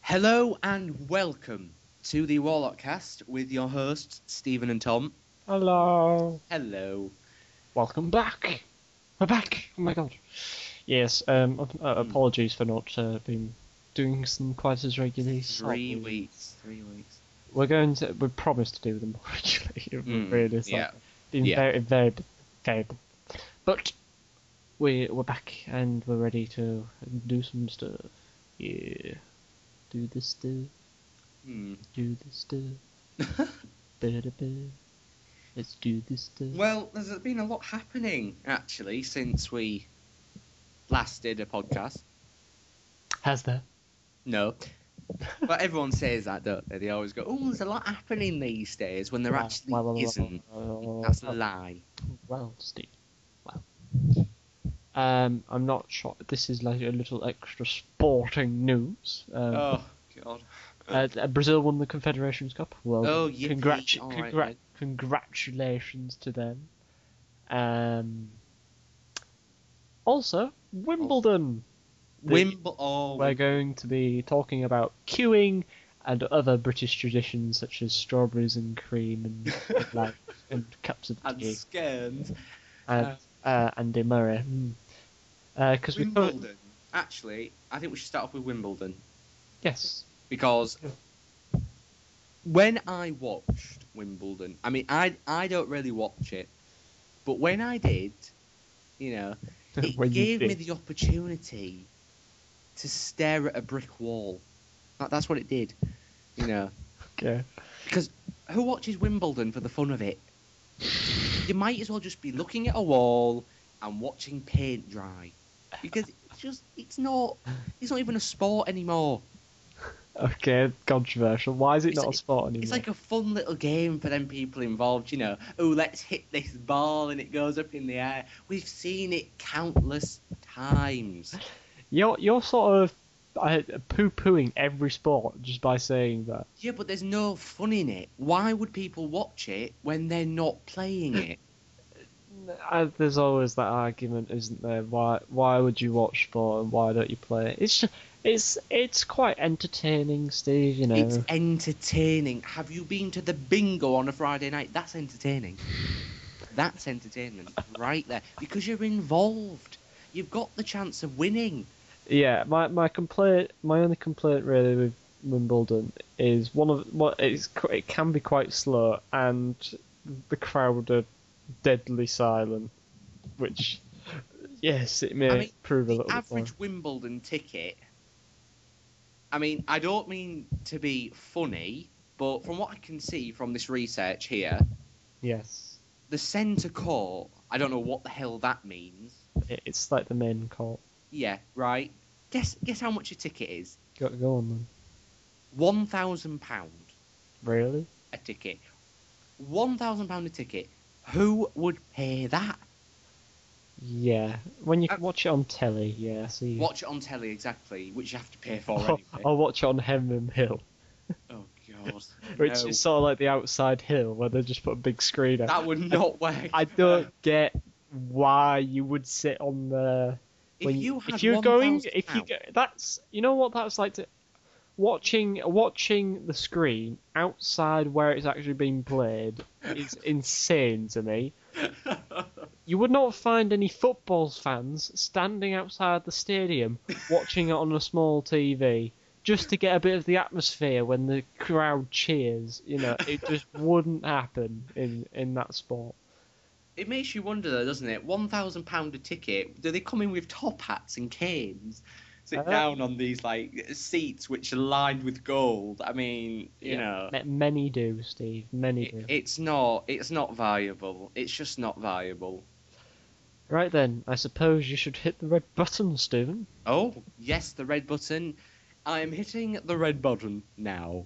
Hello and welcome to the Warlock Cast with your hosts Stephen and Tom. Hello. Hello. Welcome back. We're back. Oh my god. Yes. Um. uh, Hmm. Uh, apologies for not uh, being doing some quite as regularly. Three slightly. weeks. Three weeks. We're going to. We promised to do them more regularly. if we're Mm, Really. it's yeah. like Been Yeah. very, very, very. But we we're back and we're ready to do some stuff. Yeah. Do this stuff. Hmm. Do this stuff. Ba-da-ba. Let's do this stuff. Well, there's been a lot happening actually since we last did a podcast. Has there? No. But everyone says that, don't they? They always go, "Oh, there's a lot happening these days," when there Well, actually well, well, well, isn't. well, well, That's a well, lie. Well, Steve. Well. Um, I'm not sure. This is like a little extra sporting news. Um, Oh God. uh, uh, Brazil won the Confederations Cup. Well, Oh, done. yippee. Congratu- All right, congra- then. congratulations to them. Um, also, Wimbledon. The- Wimble. Oh, We're going to be talking about queuing and other British traditions such as strawberries and cream and, and, like, and cups of and tea. scans. and uh, Andy Murray. Because we covered, Wimbledon. Actually, I think we should start off with Wimbledon yes, because when I watched Wimbledon, I mean, I I don't really watch it, but when I did, you know, it When you gave me did. the opportunity to stare at a brick wall. That, that's what it did, you know. okay. Because who watches Wimbledon for the fun of it? You might as well just be looking at a wall and watching paint dry. Because it's just it's not it's not even a sport anymore. uh, okay, controversial. Why is it It's not like- a sport anymore? It's like a fun little game for them people involved, you know. Oh, let's hit this ball and it goes up in the air. We've seen it countless times. You're you're sort of uh, poo-pooing every sport just by saying that. Yeah, but there's no fun in it. Why would people watch it when they're not playing it? Uh, there's always that argument, isn't there? Why why would you watch sport and why don't you play it? It's just, it's it's quite entertaining, Steve. You know. It's entertaining. Have you been to the bingo on a Friday night? That's entertaining. That's entertainment right there because you're involved. You've got the chance of winning. Yeah, my, my complaint, my only complaint really with Wimbledon is one of what it's qu- it can be quite slow and the crowd are deadly silent, which yes, it may I mean, prove a The little bit boring. average Wimbledon ticket. I mean, I don't mean to be funny, but from what I can see from this research here, Yes, the centre court, I don't know what the hell that means. it, it's like the main court. Yeah, right. Guess guess how much a ticket is? Go, go on then. One thousand pound. Really? a ticket. One thousand pound a ticket. Who would pay that? Yeah. When you Uh, watch it on telly, yeah. So you, Watch it on telly exactly, which you have to pay for or, anyway. or watch it on Hemham Hill, Oh god, which No. is sort of like the outside hill where they just put a big screen up. that would not work. I don't get why you would sit on the. If when you had if you're going, 1,000 if you pounds- go, that's you know what that's like to watching watching the screen outside where it's actually being played is insane to me. You would not find any football fans standing outside the stadium watching it on a small TV just to get a bit of the atmosphere when the crowd cheers. You know, it just wouldn't happen in in that sport. It makes you wonder, though, doesn't it? One thousand pound a ticket. Do they come in with top hats and canes? Sit Uh, down on these like seats which are lined with gold. I mean, you Yeah. know, Ma- Many do, Steve. Many it, do. it's not. It's not viable. It's just not viable. Right then, I suppose you should hit the red button, Stephen. Oh, yes, the red button. I am hitting the red button now.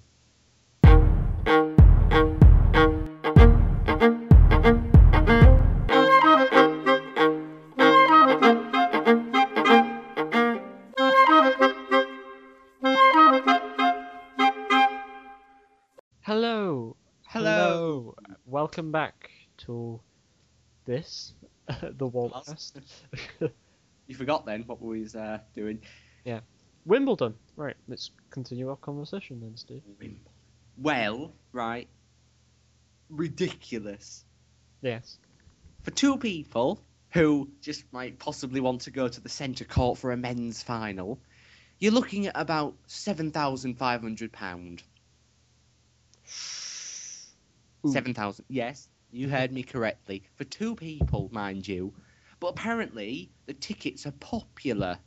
Hello. Hello. Hello. Welcome back to this, the Waltcast. You forgot then what we was uh, doing. Wimbledon. Right, let's continue our conversation then, Steve. Wimbledon. Well, right. Ridiculous. Yes. For two people who just might possibly want to go to the centre court for a men's final, you're looking at about £7,500. 7,000. Yes, you heard me correctly. For two people, mind you. But apparently, the tickets are popular.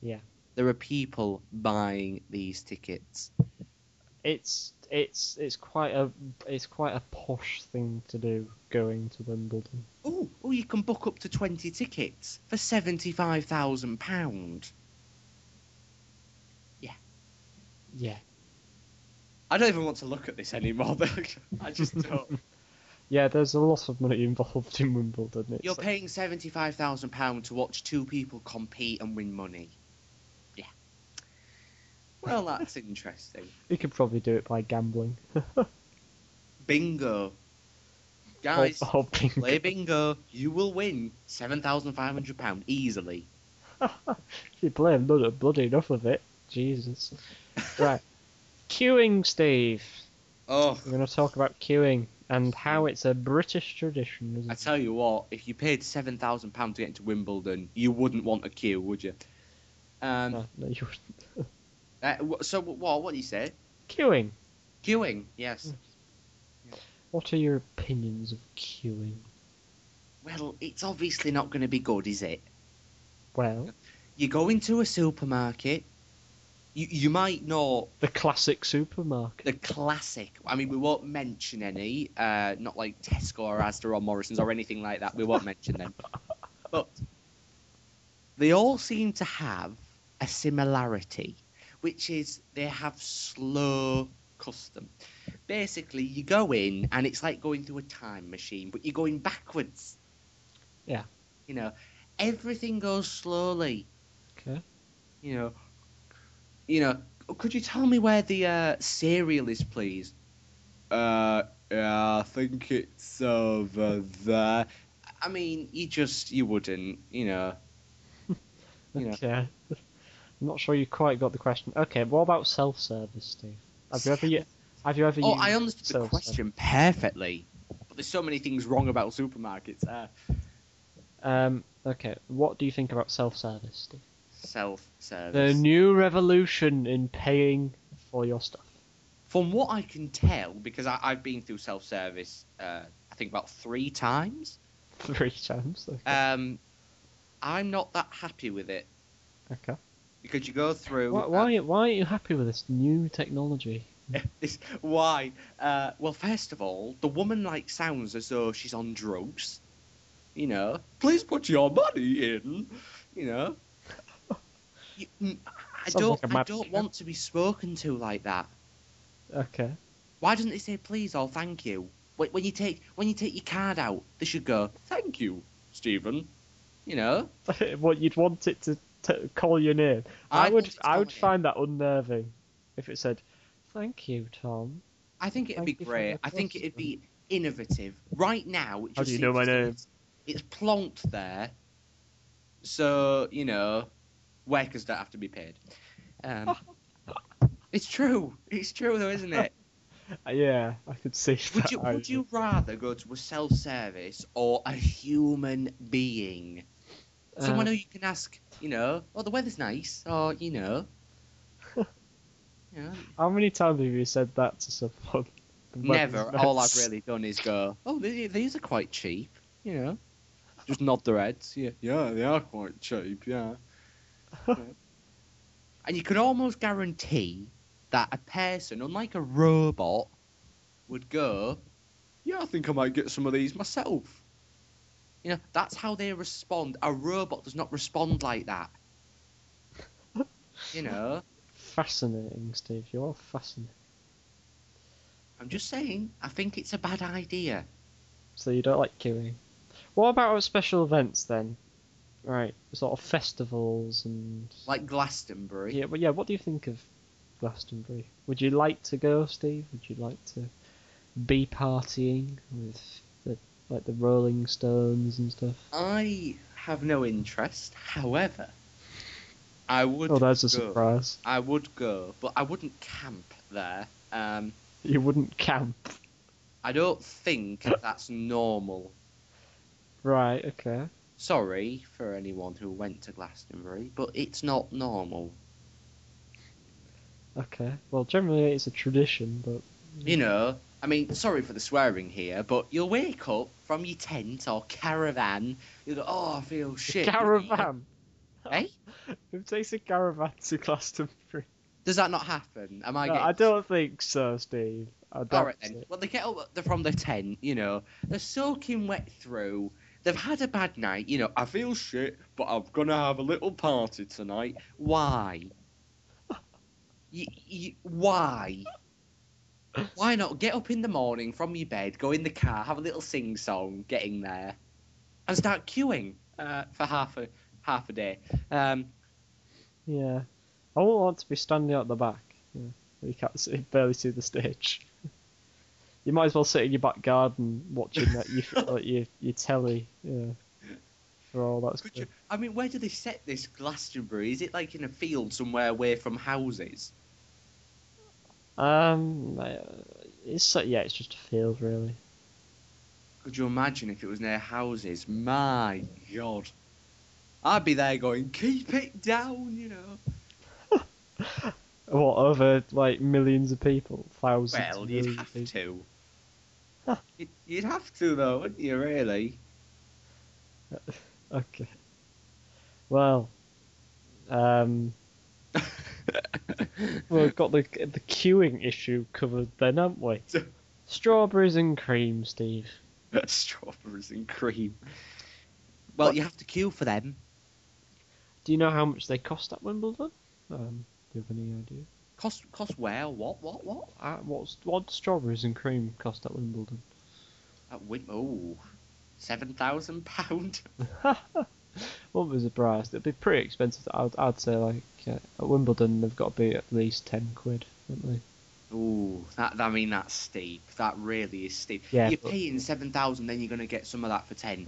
Yeah. There are people buying these tickets. It's it's it's quite a it's quite a posh thing to do going to Wimbledon. Oh, oh, you can book up to 20 tickets for £75,000. Yeah. I don't even want to look at this anymore. I just don't. Yeah, there's a lot of money involved in Wimbledon. It's You're like- paying £75,000 to watch two people compete and win money. Yeah. Well, that's interesting. you could probably do it by gambling. Bingo. Guys, Or- or being- play bingo. You will win £7,500 easily. you play a bloody, bloody enough of it. Jesus. Right. queuing, Steve. Oh, We're going to talk about queuing and how it's a British tradition. Isn't I it? tell you what, if you paid £7,000 to get into Wimbledon, you wouldn't want a queue, would you? Um, No, no, you uh, wh- so, wh- what, what do you say? Queuing. Queuing, yes. What are your opinions of queuing? Well, it's obviously not going to be good, is it? Well, You go into a supermarket. You, you might know the classic supermarket. the classic. I mean, we won't mention any, uh, not like Tesco or Asda or Morrison's or anything like that. We won't mention them. But they all seem to have a similarity, which is they have slow custom. Basically, you go in and it's like going through a time machine, but you're going backwards. Yeah. You know, everything goes slowly Okay. you know, you know, could you tell me where the uh, cereal is, please? Uh, yeah, I think it's over there. I mean, you just you wouldn't, you know. You know. Okay. I'm not sure you quite got the question. Okay, what about self-service, Steve? Have you ever? u- Have you ever? Oh, used I understood the self-service? question perfectly, but there's so many things wrong about supermarkets. Uh, Um. Okay. What do you think about self-service, Steve? The self-service. new revolution in paying for your stuff. From what I can tell, because I, I've been through self-service, uh, I think about three times. Three times. Okay. Um, I'm not that happy with it. okay. because you go through Why, why? Why aren't you happy with this new technology? this why uh, well first of all the woman like sounds as though she's on drugs you know please put your money in you know You- mm, I Sounds don't like a I mad don't cow. want to be spoken to like that Okay. why doesn't they say please or thank you when, when you take when you take your card out they should go thank you Stephen you know what you'd want it to t- call your name. I, I would. want it to I call would my name. find that unnerving if it said, "Thank you, Tom." I think it'd be Thank you for great. the I think it'd be innovative. Right now, it just How do you know seems my to- name? It's plonked there, so you know, workers don't have to be paid. Um, it's true. It's true, though, isn't it? Uh, Yeah, I could see Would that. you I- Would you rather go to a self service or a human being? Someone Uh, who you can ask, you know, oh, the weather's nice, or you know, you know, How many times have you said that to someone? The weather's Never. All I've nice. really done is go, oh, the- these are quite cheap, you know. Just nod their heads. Yeah, yeah, they are quite cheap, yeah. and you can almost guarantee that a person, unlike a robot, would go, yeah, I think I might get some of these myself. You know, that's how they respond. A robot does not respond like that. you know, Fascinating, Steve. You are fascinating. I'm just saying, I think it's a bad idea. So you don't like queuing. What about our special events then? Right, sort of festivals and. Like Glastonbury. Yeah, but yeah. What do you think of Glastonbury? Would you like to go, Steve? Would you like to be partying with the like the Rolling Stones and stuff? I have no interest. However, I would. Oh, that's a go. surprise. I would go, but I wouldn't camp there. Um, You wouldn't camp. I don't think that's normal. Right, okay. Sorry for anyone who went to Glastonbury, but it's not normal. Okay. Well, generally it's a tradition, but You know, I mean, sorry for the swearing here, but you'll wake up from your tent or caravan. You'll go, oh, I feel shit. caravan. Hey, Who takes a caravan to Glastonbury? does that not happen? Am I? No, getting I don't think so, Steve. I doubt All right then. it. Well, they get up they're from their tent. You know, they're soaking wet through. They've had a bad night. You know, I feel shit, but I'm gonna have a little party tonight. Why? Y- y- why? Why not get up in the morning from your bed, go in the car, have a little sing song, getting there, and start queuing uh, for half a half a day? Um, Yeah. I wouldn't want to be standing out the back. Yeah. You can't see, barely see the stage. you might as well sit in your back garden watching that you like your your telly. Yeah. For all that's could you, I mean, where do they set this Glastonbury? Is it like in a field somewhere away from houses? Um, uh, it's so, yeah, it's just a field really. Could you imagine if it was near houses? My God. I'd be there going, keep it down, you know. What over like millions of people, thousands. Well, of you'd millions of have people. to. You'd- You'd have to, though, wouldn't you, really? Okay. Well, um, we've got the the queuing issue covered then, haven't we? Strawberries and cream, Steve. Strawberries and cream. Well, you have to queue for them. Do you know how much they cost at Wimbledon? Um, do you have any idea? Cost, cost where? What? What? What? Uh, what's what do strawberries and cream cost at Wimbledon? At Win- oh, seven thousand pound. Wouldn't be surprised. It'd be pretty expensive. I'd, I'd say like uh, at Wimbledon they've got to be at least ten quid, haven't they? Ooh, that I mean that's steep. That really is steep. Yeah, you're but- paying seven thousand, then you're gonna get some of that for ten.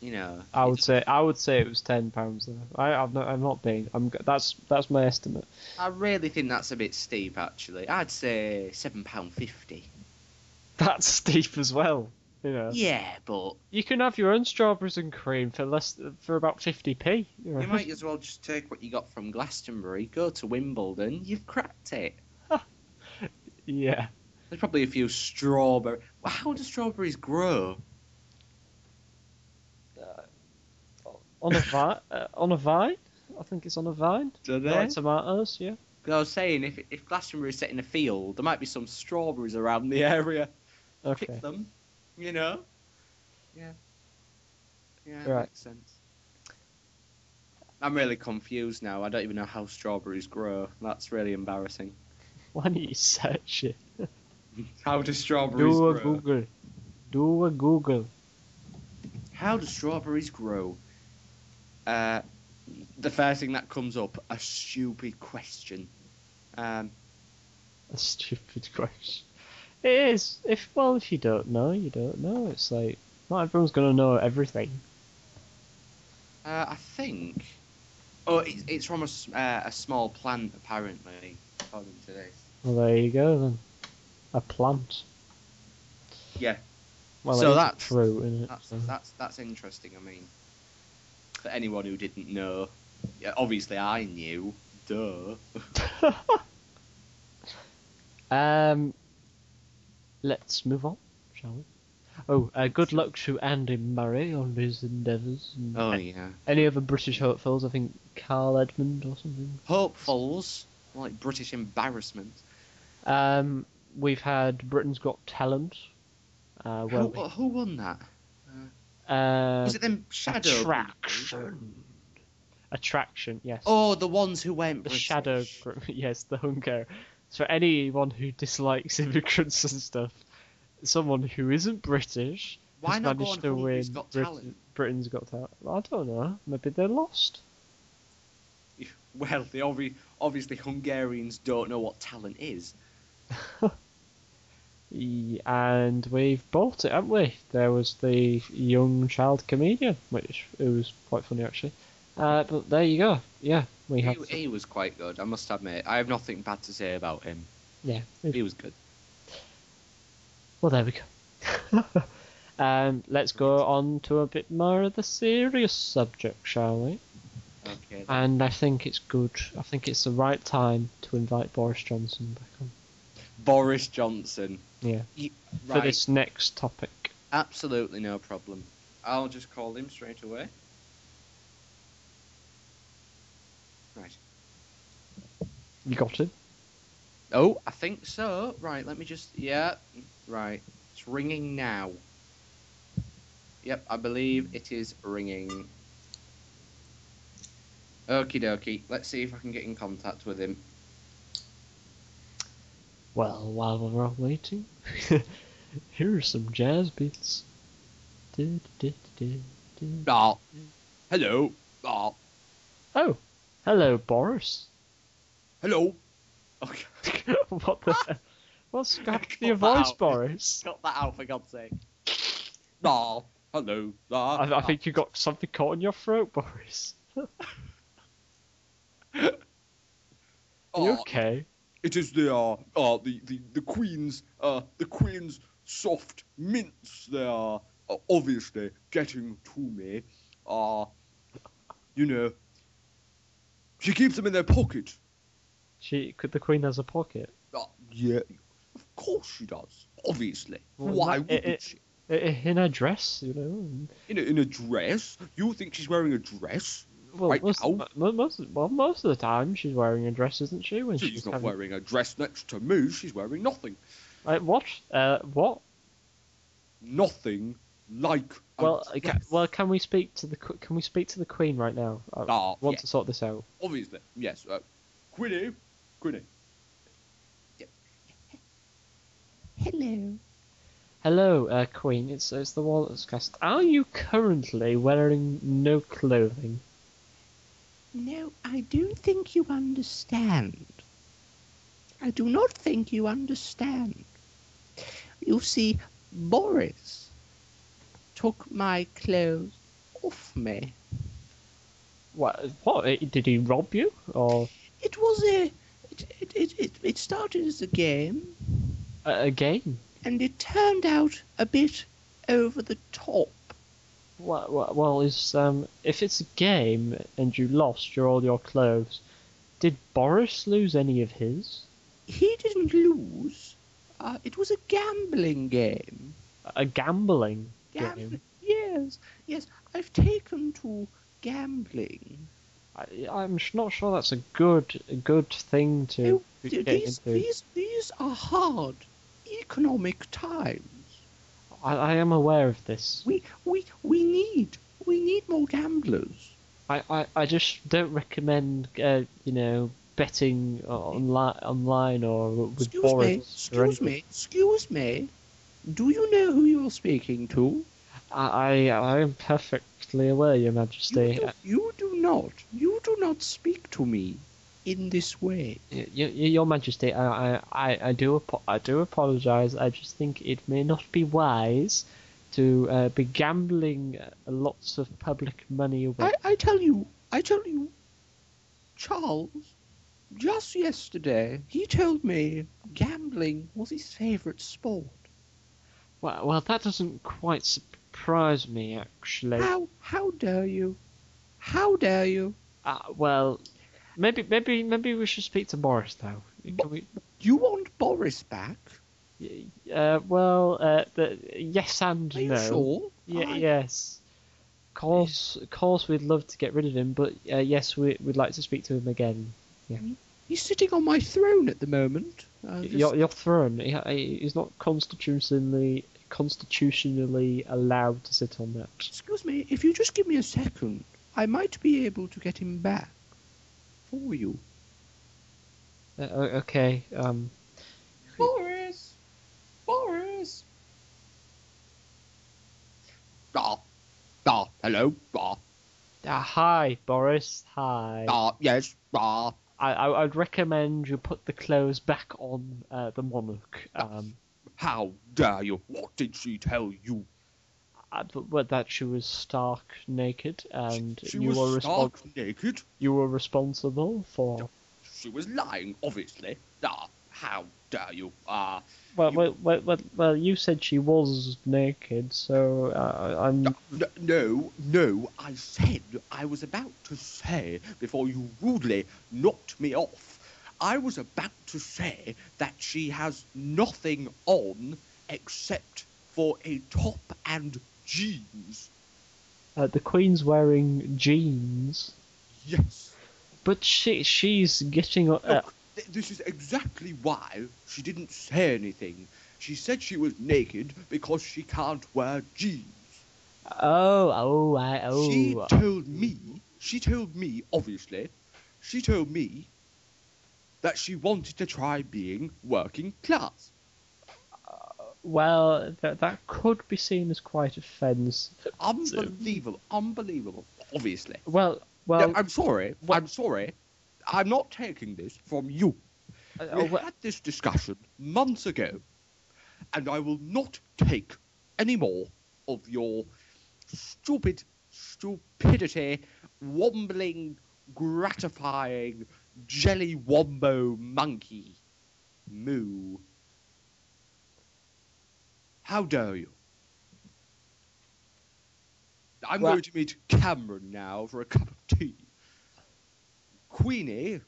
You know, I it would just- say I would say it was ten pounds though. I, I've not I'm not being I'm g- that's that's my estimate. I really think that's a bit steep. Actually, I'd say seven pound fifty. That's steep as well. You know, Yeah, but you can have your own strawberries and cream for less for about fifty p. You know? you might as well just take what you got from Glastonbury, go to Wimbledon. You've cracked it. Yeah, There's probably a few strawberry. Well, How do strawberries grow? on a vine. uh, on a vine. I think it's on a vine. Do Like tomatoes. Yeah. 'Cause I was saying if if Glastonbury's set in a field, there might be some strawberries around the area. pick Okay. them, you know? Yeah. Yeah, that Right. makes sense. I'm really confused now. I don't even know how strawberries grow. That's really embarrassing. Why don't you search it? How do strawberries Do a grow? Google. Do a Google. How do strawberries grow? Uh, the first thing that comes up, a stupid question. Um, A stupid question. It is. If well, if you don't know, you don't know. It's like not everyone's gonna know everything. uh, I think. Oh, it's, it's from a, s- uh, a small plant, apparently, according to this. Well, there you go then. A plant. Yeah. Well, So so that's that's- true, isn't it? That's So- that's that's interesting. I mean, for anyone who didn't know, yeah, obviously I knew. Duh. um, let's move on, shall we? Oh, uh, good luck to Andy Murray on his endeavours. and Oh yeah. Any other British hopefuls? I think Carl Edmund or something. Hopefuls like British embarrassment. Um, we've had Britain's Got Talent. Uh, well, who, who won that? uh, Was it them shadow? people? attraction. Attraction, yes. Oh, the ones who went the British. shadow group, yes, the hunger. So anyone who dislikes immigrants and stuff, someone who isn't British Why has not go managed on to win Hungary's Got Brit- Talent? Britain's Got Talent. I don't know. Maybe they lost. Well, the obvi- obviously Hungarians don't know what talent is. E- And we've bought it, haven't we? There was the young child comedian, which it was quite funny actually. Uh, but there you go. Yeah, we He, have. he was quite good, I must admit. I have nothing bad to say about him. Yeah. He was good. Well, there we go. um, let's go on to a bit more of the serious subject, shall we? Okay. And I think it's good. I think it's the right time to invite Boris Johnson back on. Boris Johnson. Yeah. He- For right. this next topic. Absolutely no problem. I'll just call him straight away. Right. You got it? Oh, I think so. Right, let me just. Yeah, right. It's ringing now. Yep, I believe it is ringing. Okie dokie. Let's see if I can get in contact with him. Well, while we're all waiting, here are some jazz beats. Du- du- du- du- du. Ah. Hello. Ah. Oh, hello, Boris. Hello. Okay. what Ah! the? What's got Cut your that voice, out. Boris? Cut that out, for God's sake. Ah. Hello. Ah. I, I think you got something caught in your throat, Boris. Are you Oh. Ah. okay? It is the uh, uh the, the, the Queen's uh the Queen's soft mints they are uh, obviously getting to me. Uh you know she keeps them in their pocket. She could. The Queen has a pocket. Uh, yeah of course she does. Obviously. Well, Why that- it- wouldn't it- she? I- I- In her dress, you know. and- In a, in a dress? You think she's wearing a dress? Well, Right oh. most, now? mo- most, well, most of the time she's wearing a dress, isn't she? When She's, she's not having- wearing a dress next to me, she's wearing nothing. Like, what? Uh, what? Nothing like a Well, uh, ca- dress. well, can we speak to the qu- can we speak to the Queen right now? I Ah, want yeah. to sort this out. obviously. Yes. Uh, Quinny, Quinny. Hello. Hello, uh, Queen. It's it's the Walrus cast. Are you currently wearing no clothing? No, I don't think you understand. I do not think you understand. You see, Boris took my clothes off me. What? What? eh, Did he rob you? Or It was a. It, it, it, it, it started as a game, a, a game? and it turned out a bit over the top. Well, well, well, is um, if it's a game and you lost your all your clothes, did Boris lose any of his? He didn't lose. Uh, it was a gambling game. A gambling Gambling. game. Yes, yes. I've taken to gambling. I, I'm sh- not sure that's a good a good thing to Oh, to Th- get these, into. these, these are hard economic times. I, I am aware of this. We, we, we need, we need more gamblers. I, I, I just don't recommend, uh, you know, betting online online or with excuse Boris. me, or excuse anything. me, excuse me. Do you know who you're speaking to? I, I, I am perfectly aware, Your You Majesty. do, you do not, you do not speak to me in this way. Y- y- y- Your Majesty, I, I, I, I do apo- I do apologise. I just think it may not be wise to uh, be gambling uh, lots of public money away. I, I tell you, I tell you, Charles, just yesterday, he told me gambling was his favourite sport. Well, well, that doesn't quite surprise me, actually. How, how dare you? How dare you? Uh, well, maybe maybe maybe we should speak to Boris now. Can we? You want Boris back? Uh, well, uh, the, yes and Are you no. sure? Ye- I- Yes. Course, course, we'd love to get rid of him, but uh, yes, we, we'd like to speak to him again. He's sitting on my throne at the moment. I just- Your, your throne, he, he- he's not constitutionally constitutionally allowed to sit on that. Excuse me, if you just give me a second, I might be able to get him back for you. Uh, o- okay. Um. Boris! Boris! Ah, ah, hello, ah, Uh, hi, Boris. Hi. ah, yes, ah, I, I I'd recommend you put the clothes back on Ah. uh, the monarch. Um, how dare you? What did she tell you? uh, but, but that she was stark naked and she you was were respon- stark naked. you were responsible for. She was lying, obviously. Ah, how dare you? Ah, Well, You- well, well, well, well, you said she was naked, so uh, I'm. N- No, no, I said, I was about to say, before you rudely knocked me off, I was about to say that she has nothing on except for a top and jeans. Uh, the Queen's wearing jeans, Yes. but she she's getting. Uh, Look, th- this is exactly why she didn't say anything. She said she was naked because she can't wear jeans. oh, oh, I, oh. She told me, she told me, obviously, she told me that she wanted to try being working class. Well, that that could be seen as quite offensive. Unbelievable, unbelievable, obviously. Well, No, well, I'm sorry, what- I'm sorry. I'm not taking this from you. uh, We uh, well, had this discussion months ago, and I will not take any more of your stupid stupidity, wombling, gratifying, jelly wombo monkey moo. How dare you? I'm Well- going to meet Cameron now for a cup of tea. Queenie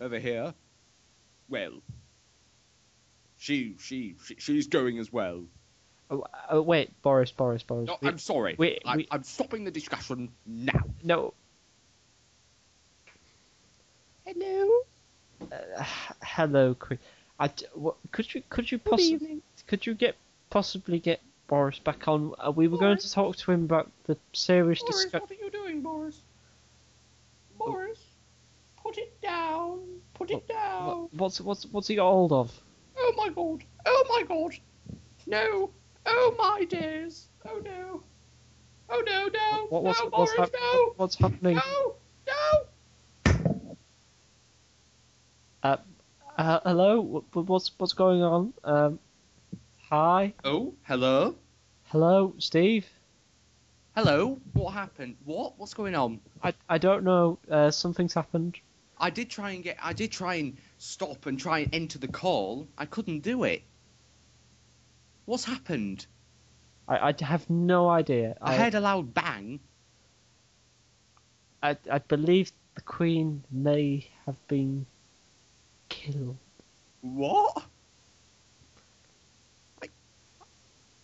over here well, she she, she she's going as well. oh, oh, wait, Boris, Boris, Boris. No, we- I'm sorry. we- I, we- I'm stopping the discussion now. no. Hello. Hello, Queen. I d- what, could you could you possibly evening. could you get possibly get Boris back on? Uh, we were going to talk to him about the serious Boris, discussion. what are you doing, Boris? Boris, put it down. Put it down. What's what's what's he got hold of? Oh my god. Oh my god. No. Oh my days. Oh no. Oh no, no. What, what's no, what's, Boris, hap- no. what's happening? No. No. Uh, uh, hello, Wh- wh- what's what's going on? Um, hi, Oh, hello, hello, Steve. hello. What happened? What? What's going on? I, I don't know. Uh, something's happened. I did try and get. I did try and stop and try and enter the call. I couldn't do it. What's happened? I, I have no idea. I heard a loud bang. I, I believe the Queen may have been killed. What? I-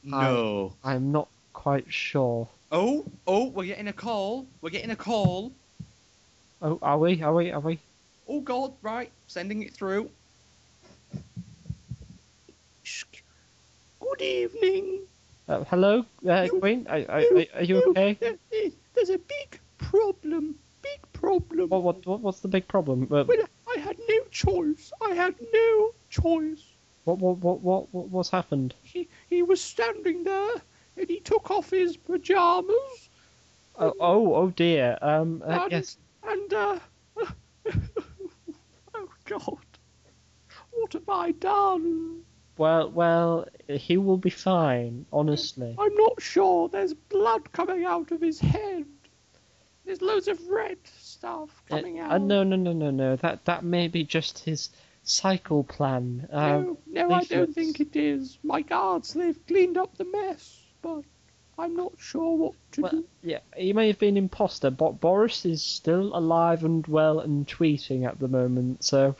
No. I'm not quite sure. Oh, oh, we're getting a call. We're getting a call. Oh, are we? Are we? Are we? Oh God! Right, sending it through. Good evening. Uh, hello, uh, You- Queen. Are, are, you- are you okay? There- there- There's a big problem. Big problem. What, what? What? What's the big problem? Uh, Well, I had no choice. I had no choice. what, what? What? What? What? What's happened? He, he was standing there and he took off his pajamas Oh, oh, oh dear. Um. Uh, And- yes. and, uh. oh, God. What have I done? Well, well, he will be fine. Honestly. I'm not sure. There's blood coming out of his head. There's loads of red stuff Uh, coming out. uh, no, no, no, no, no. That that may be just his cycle plan. Um, No, no, I don't leaflets. think it is. My guards, they've cleaned up the mess, but I'm not sure what to Well, do. yeah, he may have been imposter, but Boris is still alive and well and tweeting at the moment. So,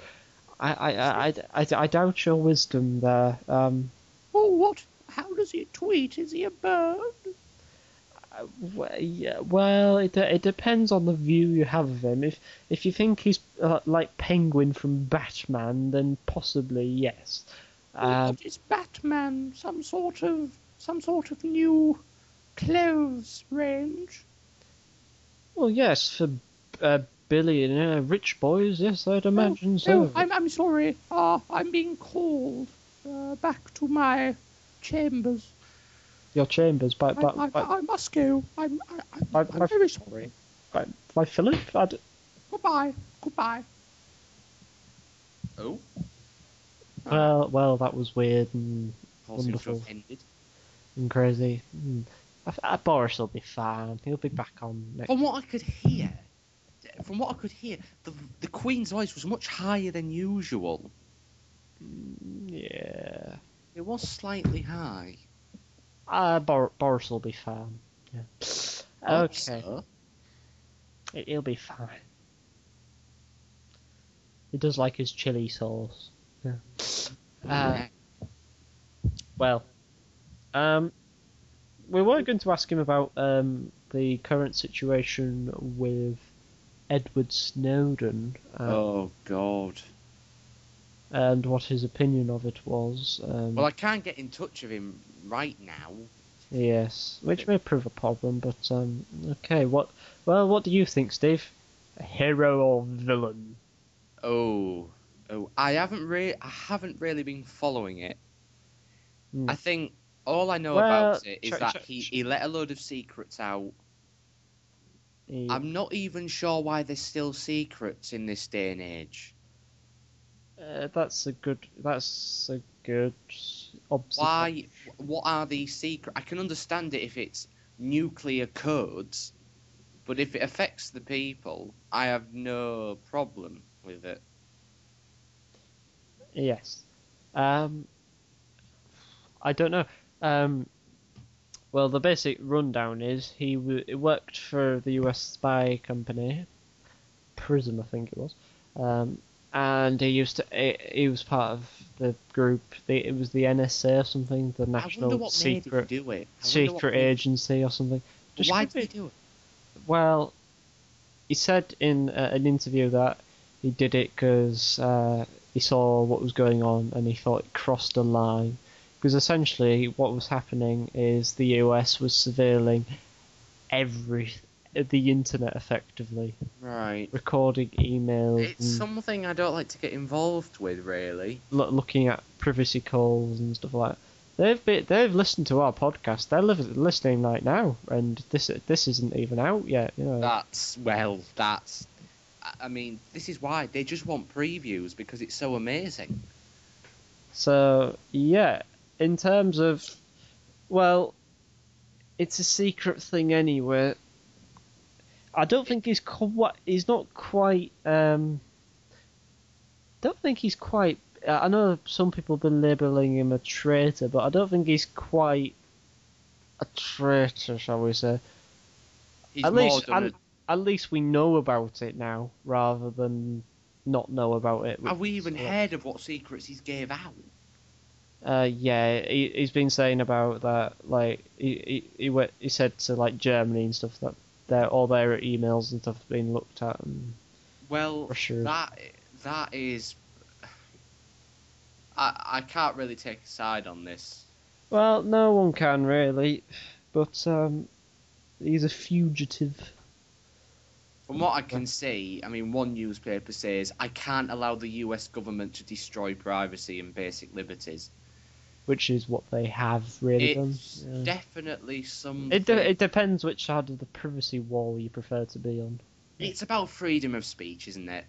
I I I, I, I, I doubt your wisdom there. Um, Oh, what? How does he tweet? Is he a bird? w- yeah, well, it de- it depends on the view you have of him. If if you think he's uh, like Penguin from Batman, then possibly yes. Um, What is Batman? Some sort of some sort of new clothes range? well, yes, for uh, billionaire rich boys, yes, I'd imagine so. Oh, I'm I'm sorry. Ah, I'm being called uh, back to my chambers. Your chambers by I, by, I, by, I, must go. I'm I, I, by, I'm by, very sorry. by, by Philip. I d- Goodbye. Goodbye. Oh, Oh. Well, well, that was weird and call seems to have Wonderful. ended. and crazy. Mm. I, I, Boris will be fine. He'll be back on next. From what I could hear, from what I could hear, the the Queen's voice was much higher than usual. Yeah. It was slightly high. Uh, Bor- Boris will be fine. Yeah. Hope Okay. so. It, he'll be fine. He does like his chili sauce. Yeah. Uh, well, um, we were going to ask him about um, the current situation with Edward Snowden uh, oh God. and what his opinion of it was. Um, Well, I can't get in touch with him right now. Yes, which may prove a problem, but um, okay. What? Well, what do you think, Steve? A hero or villain? Oh, oh, I haven't really, I haven't really been following it. Hmm. I think all I know Well, about it is check- that check- he, check. he let a load of secrets out. He- I'm not even sure why there's still secrets in this day and age. Uh, that's a good. That's a good. Observation. Why? What are these secret? I can understand it if it's nuclear codes, but if it affects the people, I have no problem with it. Yes. Um, I don't know. Um, well, the basic rundown is he w- he worked for the U.S. spy company, Prism, I think it was, um, and he used to he, he was part of the group. The, it was the NSA or something, I the wonder National what made him Secret do it. I wonder what Secret made- Agency or something. Just Why give did he it- do it? well, he said in uh, an interview that he did it because uh, he saw what was going on and he thought it crossed a line. Because essentially, what was happening is the US was surveilling every the internet effectively, Right. recording emails, It's and something I don't like to get involved with, really. loo- looking at privacy calls and stuff like. that. They've been, they've listened to our podcast. They're li- listening right now, and this this isn't even out yet. You know. That's well, that's. I- I mean, this is why they just want previews because it's so amazing. So yeah, in terms of, well, it's a secret thing anyway. I don't think he's quite. He's not quite. Um, don't think he's quite. I know some people have been labelling him a traitor, but I don't think he's quite a traitor, shall we say? He's At more least, than at, at least we know about it now, rather than not know about it. a- have we which- even so- heard of what secrets he's gave out? Uh, yeah, he, he's been saying about that. Like he he he, went, he said to like Germany and stuff that their all their emails and stuff have been looked at. And Well, For sure. that that is. I I can't really take a side on this. well, no one can really, but um, he's a fugitive. From what I can see, I mean, one newspaper says I can't allow the U.S. government to destroy privacy and basic liberties. Which is what they have really It's done. Yeah. definitely something. It, de- it depends which side of the privacy wall you prefer to be on. It's about freedom of speech, isn't it?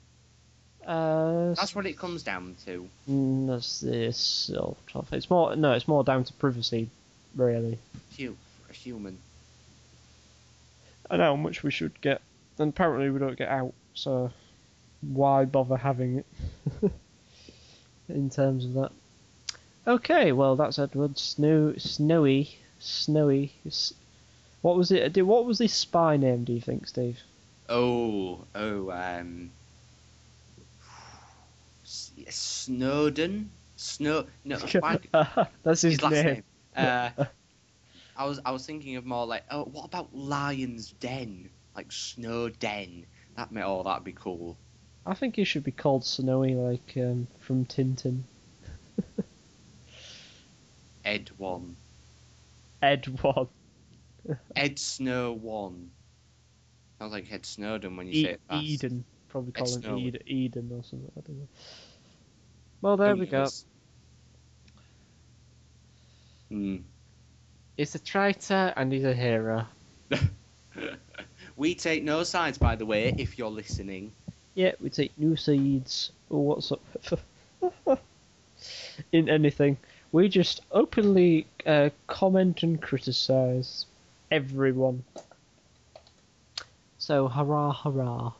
Uh, That's what it comes down to. mm, that's this sort of. It's more no, it's more down to privacy, really. Hu- a human. I know how much we should get, and apparently we don't get out, so why bother having it? In terms of that. Okay, well that's Edward Snow Snowy Snowy. S- What was it? do- What was his spy name? Do you think, Steve? Oh, oh, um. S- Snowden? Snow. No, why- that's his, his last name. name. Uh, I was I was thinking of more like, oh, what about Lion's Den? Like Snowden. That may, oh, that'd be cool. I think he should be called Snowy, like um, from Tintin. Ed One. Edward. Ed Snow One. Sounds like Ed Snowden when you E- say it fast. Eden. Probably call It's him Snowy. Ed- Eden or something. I don't know. Well, there we go. Hmm. He's a traitor and he's a hero. We take no sides, by the way, if you're listening. Yeah, we take new seeds Oh, or whatsoever in anything. We just openly uh, comment and criticise. everyone. So hurrah, hurrah!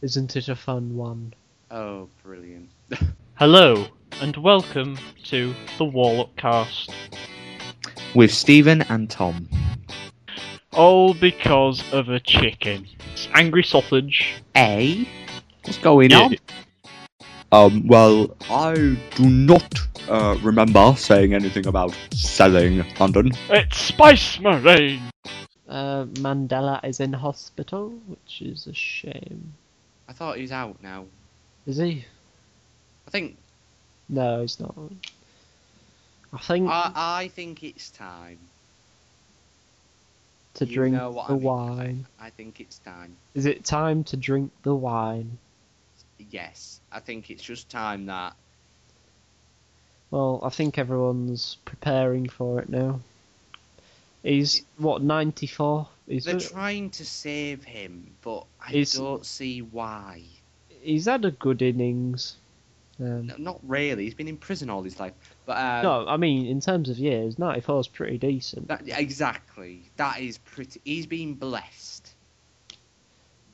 Isn't it a fun one? Oh, brilliant. Hello, and welcome to the Warlock Cast. With Stephen and Tom. All because of a chicken. It's angry sausage. A? What's going Yeah. on? Um, well, I do not uh, remember saying anything about selling London. It's Spice Marine! Uh, Mandela is in hospital, which is a shame. I thought he's out now. Is he? I think No, he's not. I think I, I think it's time. to you drink know what the I mean. wine. I think it's time. Is it time to drink the wine? Yes, I think it's just time that Well, I think everyone's preparing for it now. He's what 94. He's they're been- trying to save him, but I Is- don't see why. he's had a good innings. Um, No, not really. He's been in prison all his life, but um, no, I mean in terms of years, 94 is pretty decent. that, exactly. That is pretty. He's been blessed,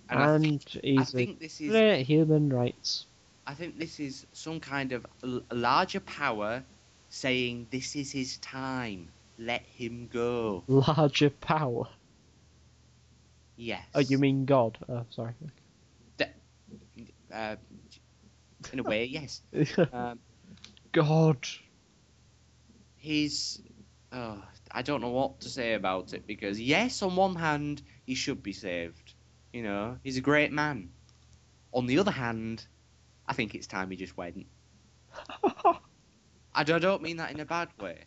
and, I, and think, he's I think this a is great human rights. I think this is some kind of l- larger power saying this is his time. Let him go. Larger power. Yes. Oh, you mean God? Oh, sorry. Uh, in a way, yes. Um, God. he's. Oh, I don't know what to say about it because yes, on one hand, he should be saved. You know, he's a great man. On the other hand, I think it's time he just went. I don't, I don't mean that in a bad way.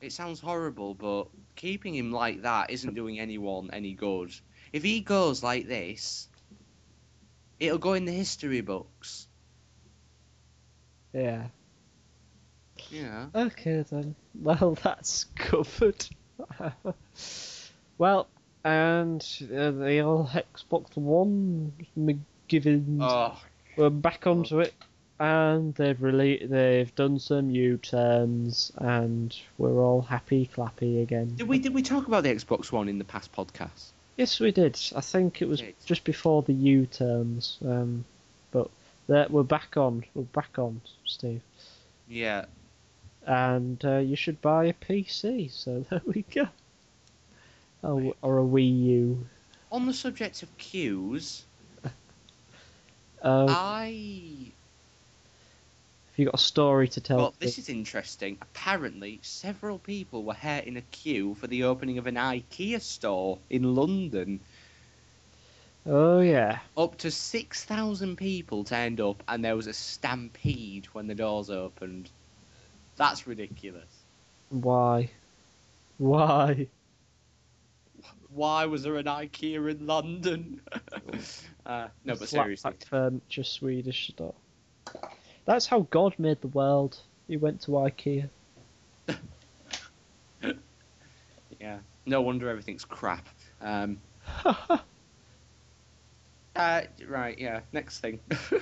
It sounds horrible, but keeping him like that isn't doing anyone any good. If he goes like this, it'll go in the history books. yeah. You know. Okay then. Well, that's covered. well, and uh, the old Xbox One McGivens. Oh, We're back onto it, and they've really they've done some U-turns, and we're all happy clappy again. did we did we talk about the Xbox One in the past podcast? Yes, we did. I think it was Yeah, it's- just before the U-turns. Um, but there, we're back on. We're back on, Steve. Yeah. and uh, you should buy a PC. So there we go. Oh, or a Wii U. On the subject of queues, Uh, Ah. I if you got a story to tell, well, this is interesting. Apparently, several people were hurt in a queue for the opening of an IKEA store in London. oh yeah, Up to six thousand people turned up, and there was a stampede when the doors opened. That's ridiculous. why, why? Why was there an IKEA in London? uh, no, but Flat seriously, pack furniture Swedish store. That's how God made the world. He went to IKEA. Yeah. No wonder everything's crap. Um, uh, right, yeah. Next thing.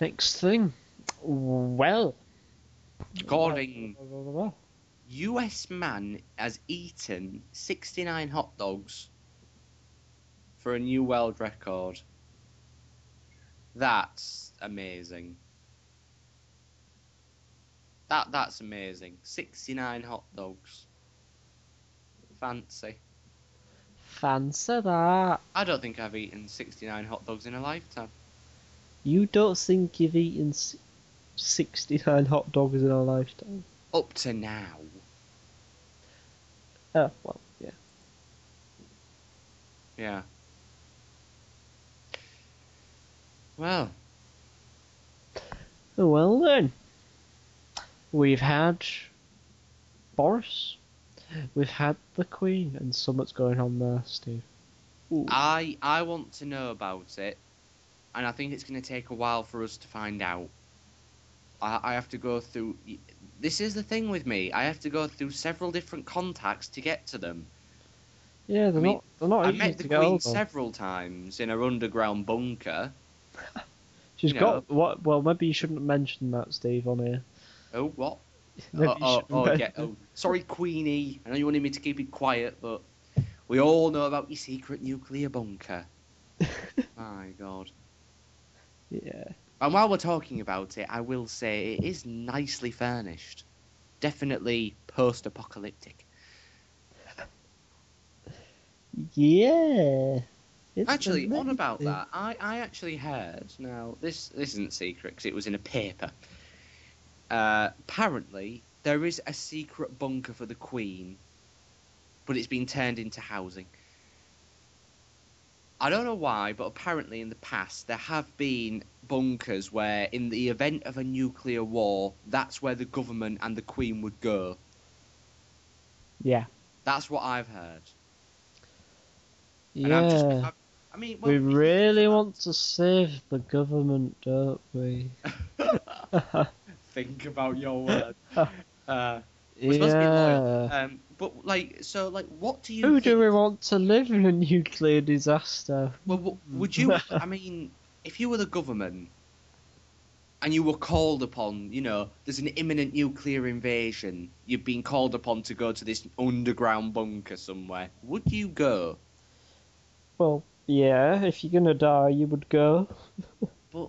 Next thing, well, According US man has eaten 69 hot dogs for a new world record. That's amazing. That that's amazing. 69 hot dogs. Fancy. Fancy that. I don't think I've eaten 69 hot dogs in a lifetime. You don't think you've eaten s- 69 hot dogs in a lifetime? Up to now. Oh, well, yeah. Yeah. Well, Oh, Well then, we've had Boris, we've had the Queen, and something's going on there, Steve. Ooh. I I want to know about it, and I think it's going to take a while for us to find out. I I have to go through. This is the thing with me. I have to go through several different contacts to get to them. yeah, they're I mean, not. They're not I easy met to the get Queen hold of. several times in her underground bunker. She's you know. got what? Well, maybe you shouldn't mention that, Steve, on here. Oh what? oh, oh, oh, okay. oh, sorry, Queenie. I know you wanted me to keep it quiet, but we all know about your secret nuclear bunker. My God. Yeah. And while we're talking about it, I will say it is nicely furnished. Definitely post-apocalyptic. Yeah. It's Actually, on about amazing. that, I, I actually heard. Now, this this isn't secret because it was in a paper. Uh, apparently, there is a secret bunker for the Queen, but it's been turned into housing. I don't know why, but apparently in the past there have been bunkers where, in the event of a nuclear war, that's where the government and the Queen would go. Yeah. That's what I've heard. And I'm just- Yeah. I- I mean, well, We if you think really about- want to save the government, don't we? think about your words. Uh, we're supposed to be loyal. Yeah. Um, but like, so like, what do you? Who think, do we want to live in a nuclear disaster? Well, w- would you? I mean, if you were the government and you were called upon, you know, there's an imminent nuclear invasion. You've been called upon to go to this underground bunker somewhere. Would you go? Well, yeah, if you're gonna die, you would go. But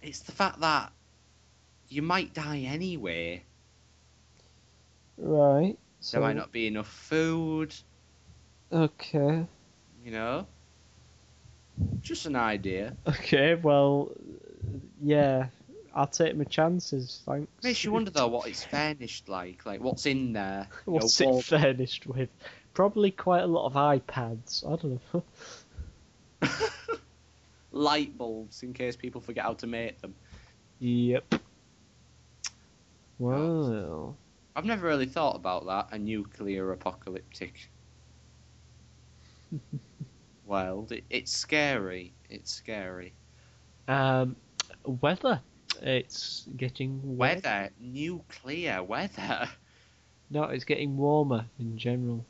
it's the fact that you might die anyway. Right. So, There might not be enough food. Okay. You know, just an idea. Okay, well, yeah. I'll take my chances, thanks. Makes you wonder though what it's furnished like, like what's in there. you know, What's it wall- furnished with? Probably quite a lot of iPads. I don't know. light bulbs in case people forget how to make them. yep. Wow. I've never really thought about that. A nuclear apocalyptic world. It, it's scary. It's scary. Um, weather. It's getting wet. Weather, nuclear weather. No, it's getting warmer in general.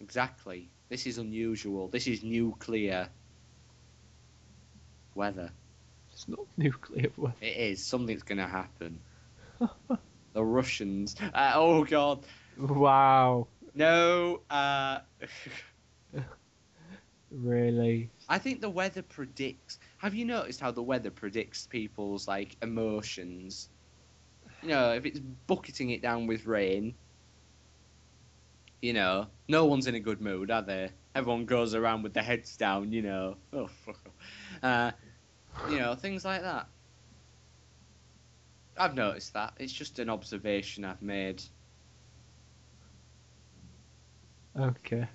Exactly. This is unusual. This is nuclear weather. It's not nuclear weather. It is. Something's going to happen. the Russians. Uh, oh God. Wow. No, uh, Really? I think the weather predicts. Have you noticed how the weather predicts people's like emotions? You know, if it's bucketing it down with rain, you know, no one's in a good mood, are they? Everyone goes around with their heads down, you know. Oh fuck. off. Uh, you know, things like that. I've noticed that. It's just an observation I've made. Okay.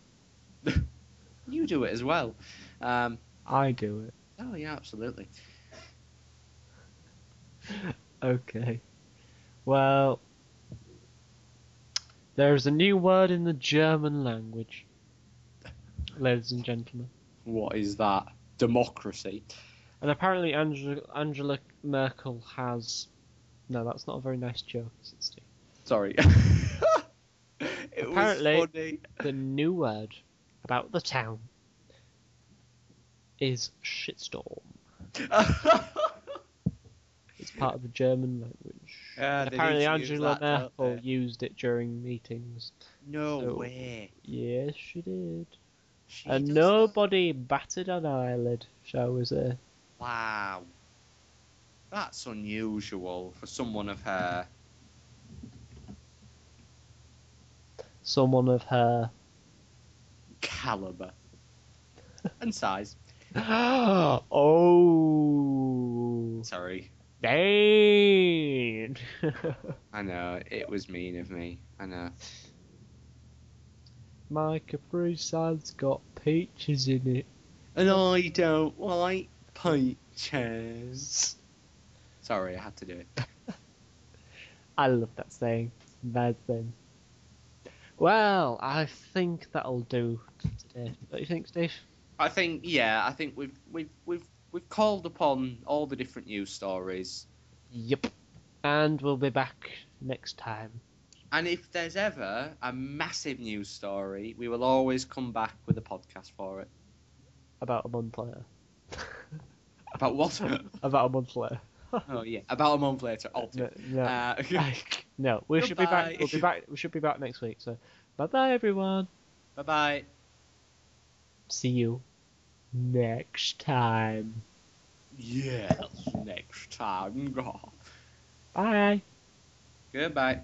You do it as well. Um, I do it. Oh yeah, absolutely. Okay. Well, there's a new word in the German language, ladies and gentlemen. What is that? Democracy. And apparently, Angela, Angela Merkel has. No, that's not a very nice joke, is it, Steve? Sorry. it Apparently- was funny. The new word about the town is shitstorm. It's part of the German language. Yeah, And Ah, they need apparently, to Angela use that, don't Merkel they? used it during meetings. No So- way. Yes, she did. She And does nobody batted an eyelid, shall we say. that? Wow. That's unusual for someone of her. Someone of her. Caliber. and size. oh! Sorry. Dane! I know. It was mean of me. I know. My Capri Sun's got peaches in it. And I don't like peaches. Sorry, I had to do it. I love that saying. Bad thing. Well, I think that'll do today. What do you think, Steve? I think yeah, I think we've we've we've we've called upon all the different news stories. Yep. And we'll be back next time. And if there's ever a massive news story, we will always come back with a podcast for it. About a month later. About what? About a month later. oh yeah, about a month later. I'll do. No, it. no, Uh, no, we should be back. goodbye. We'll be back. We should be back next week. So, bye bye everyone. bye bye. See you next time. Yes, next time. Bye. Goodbye.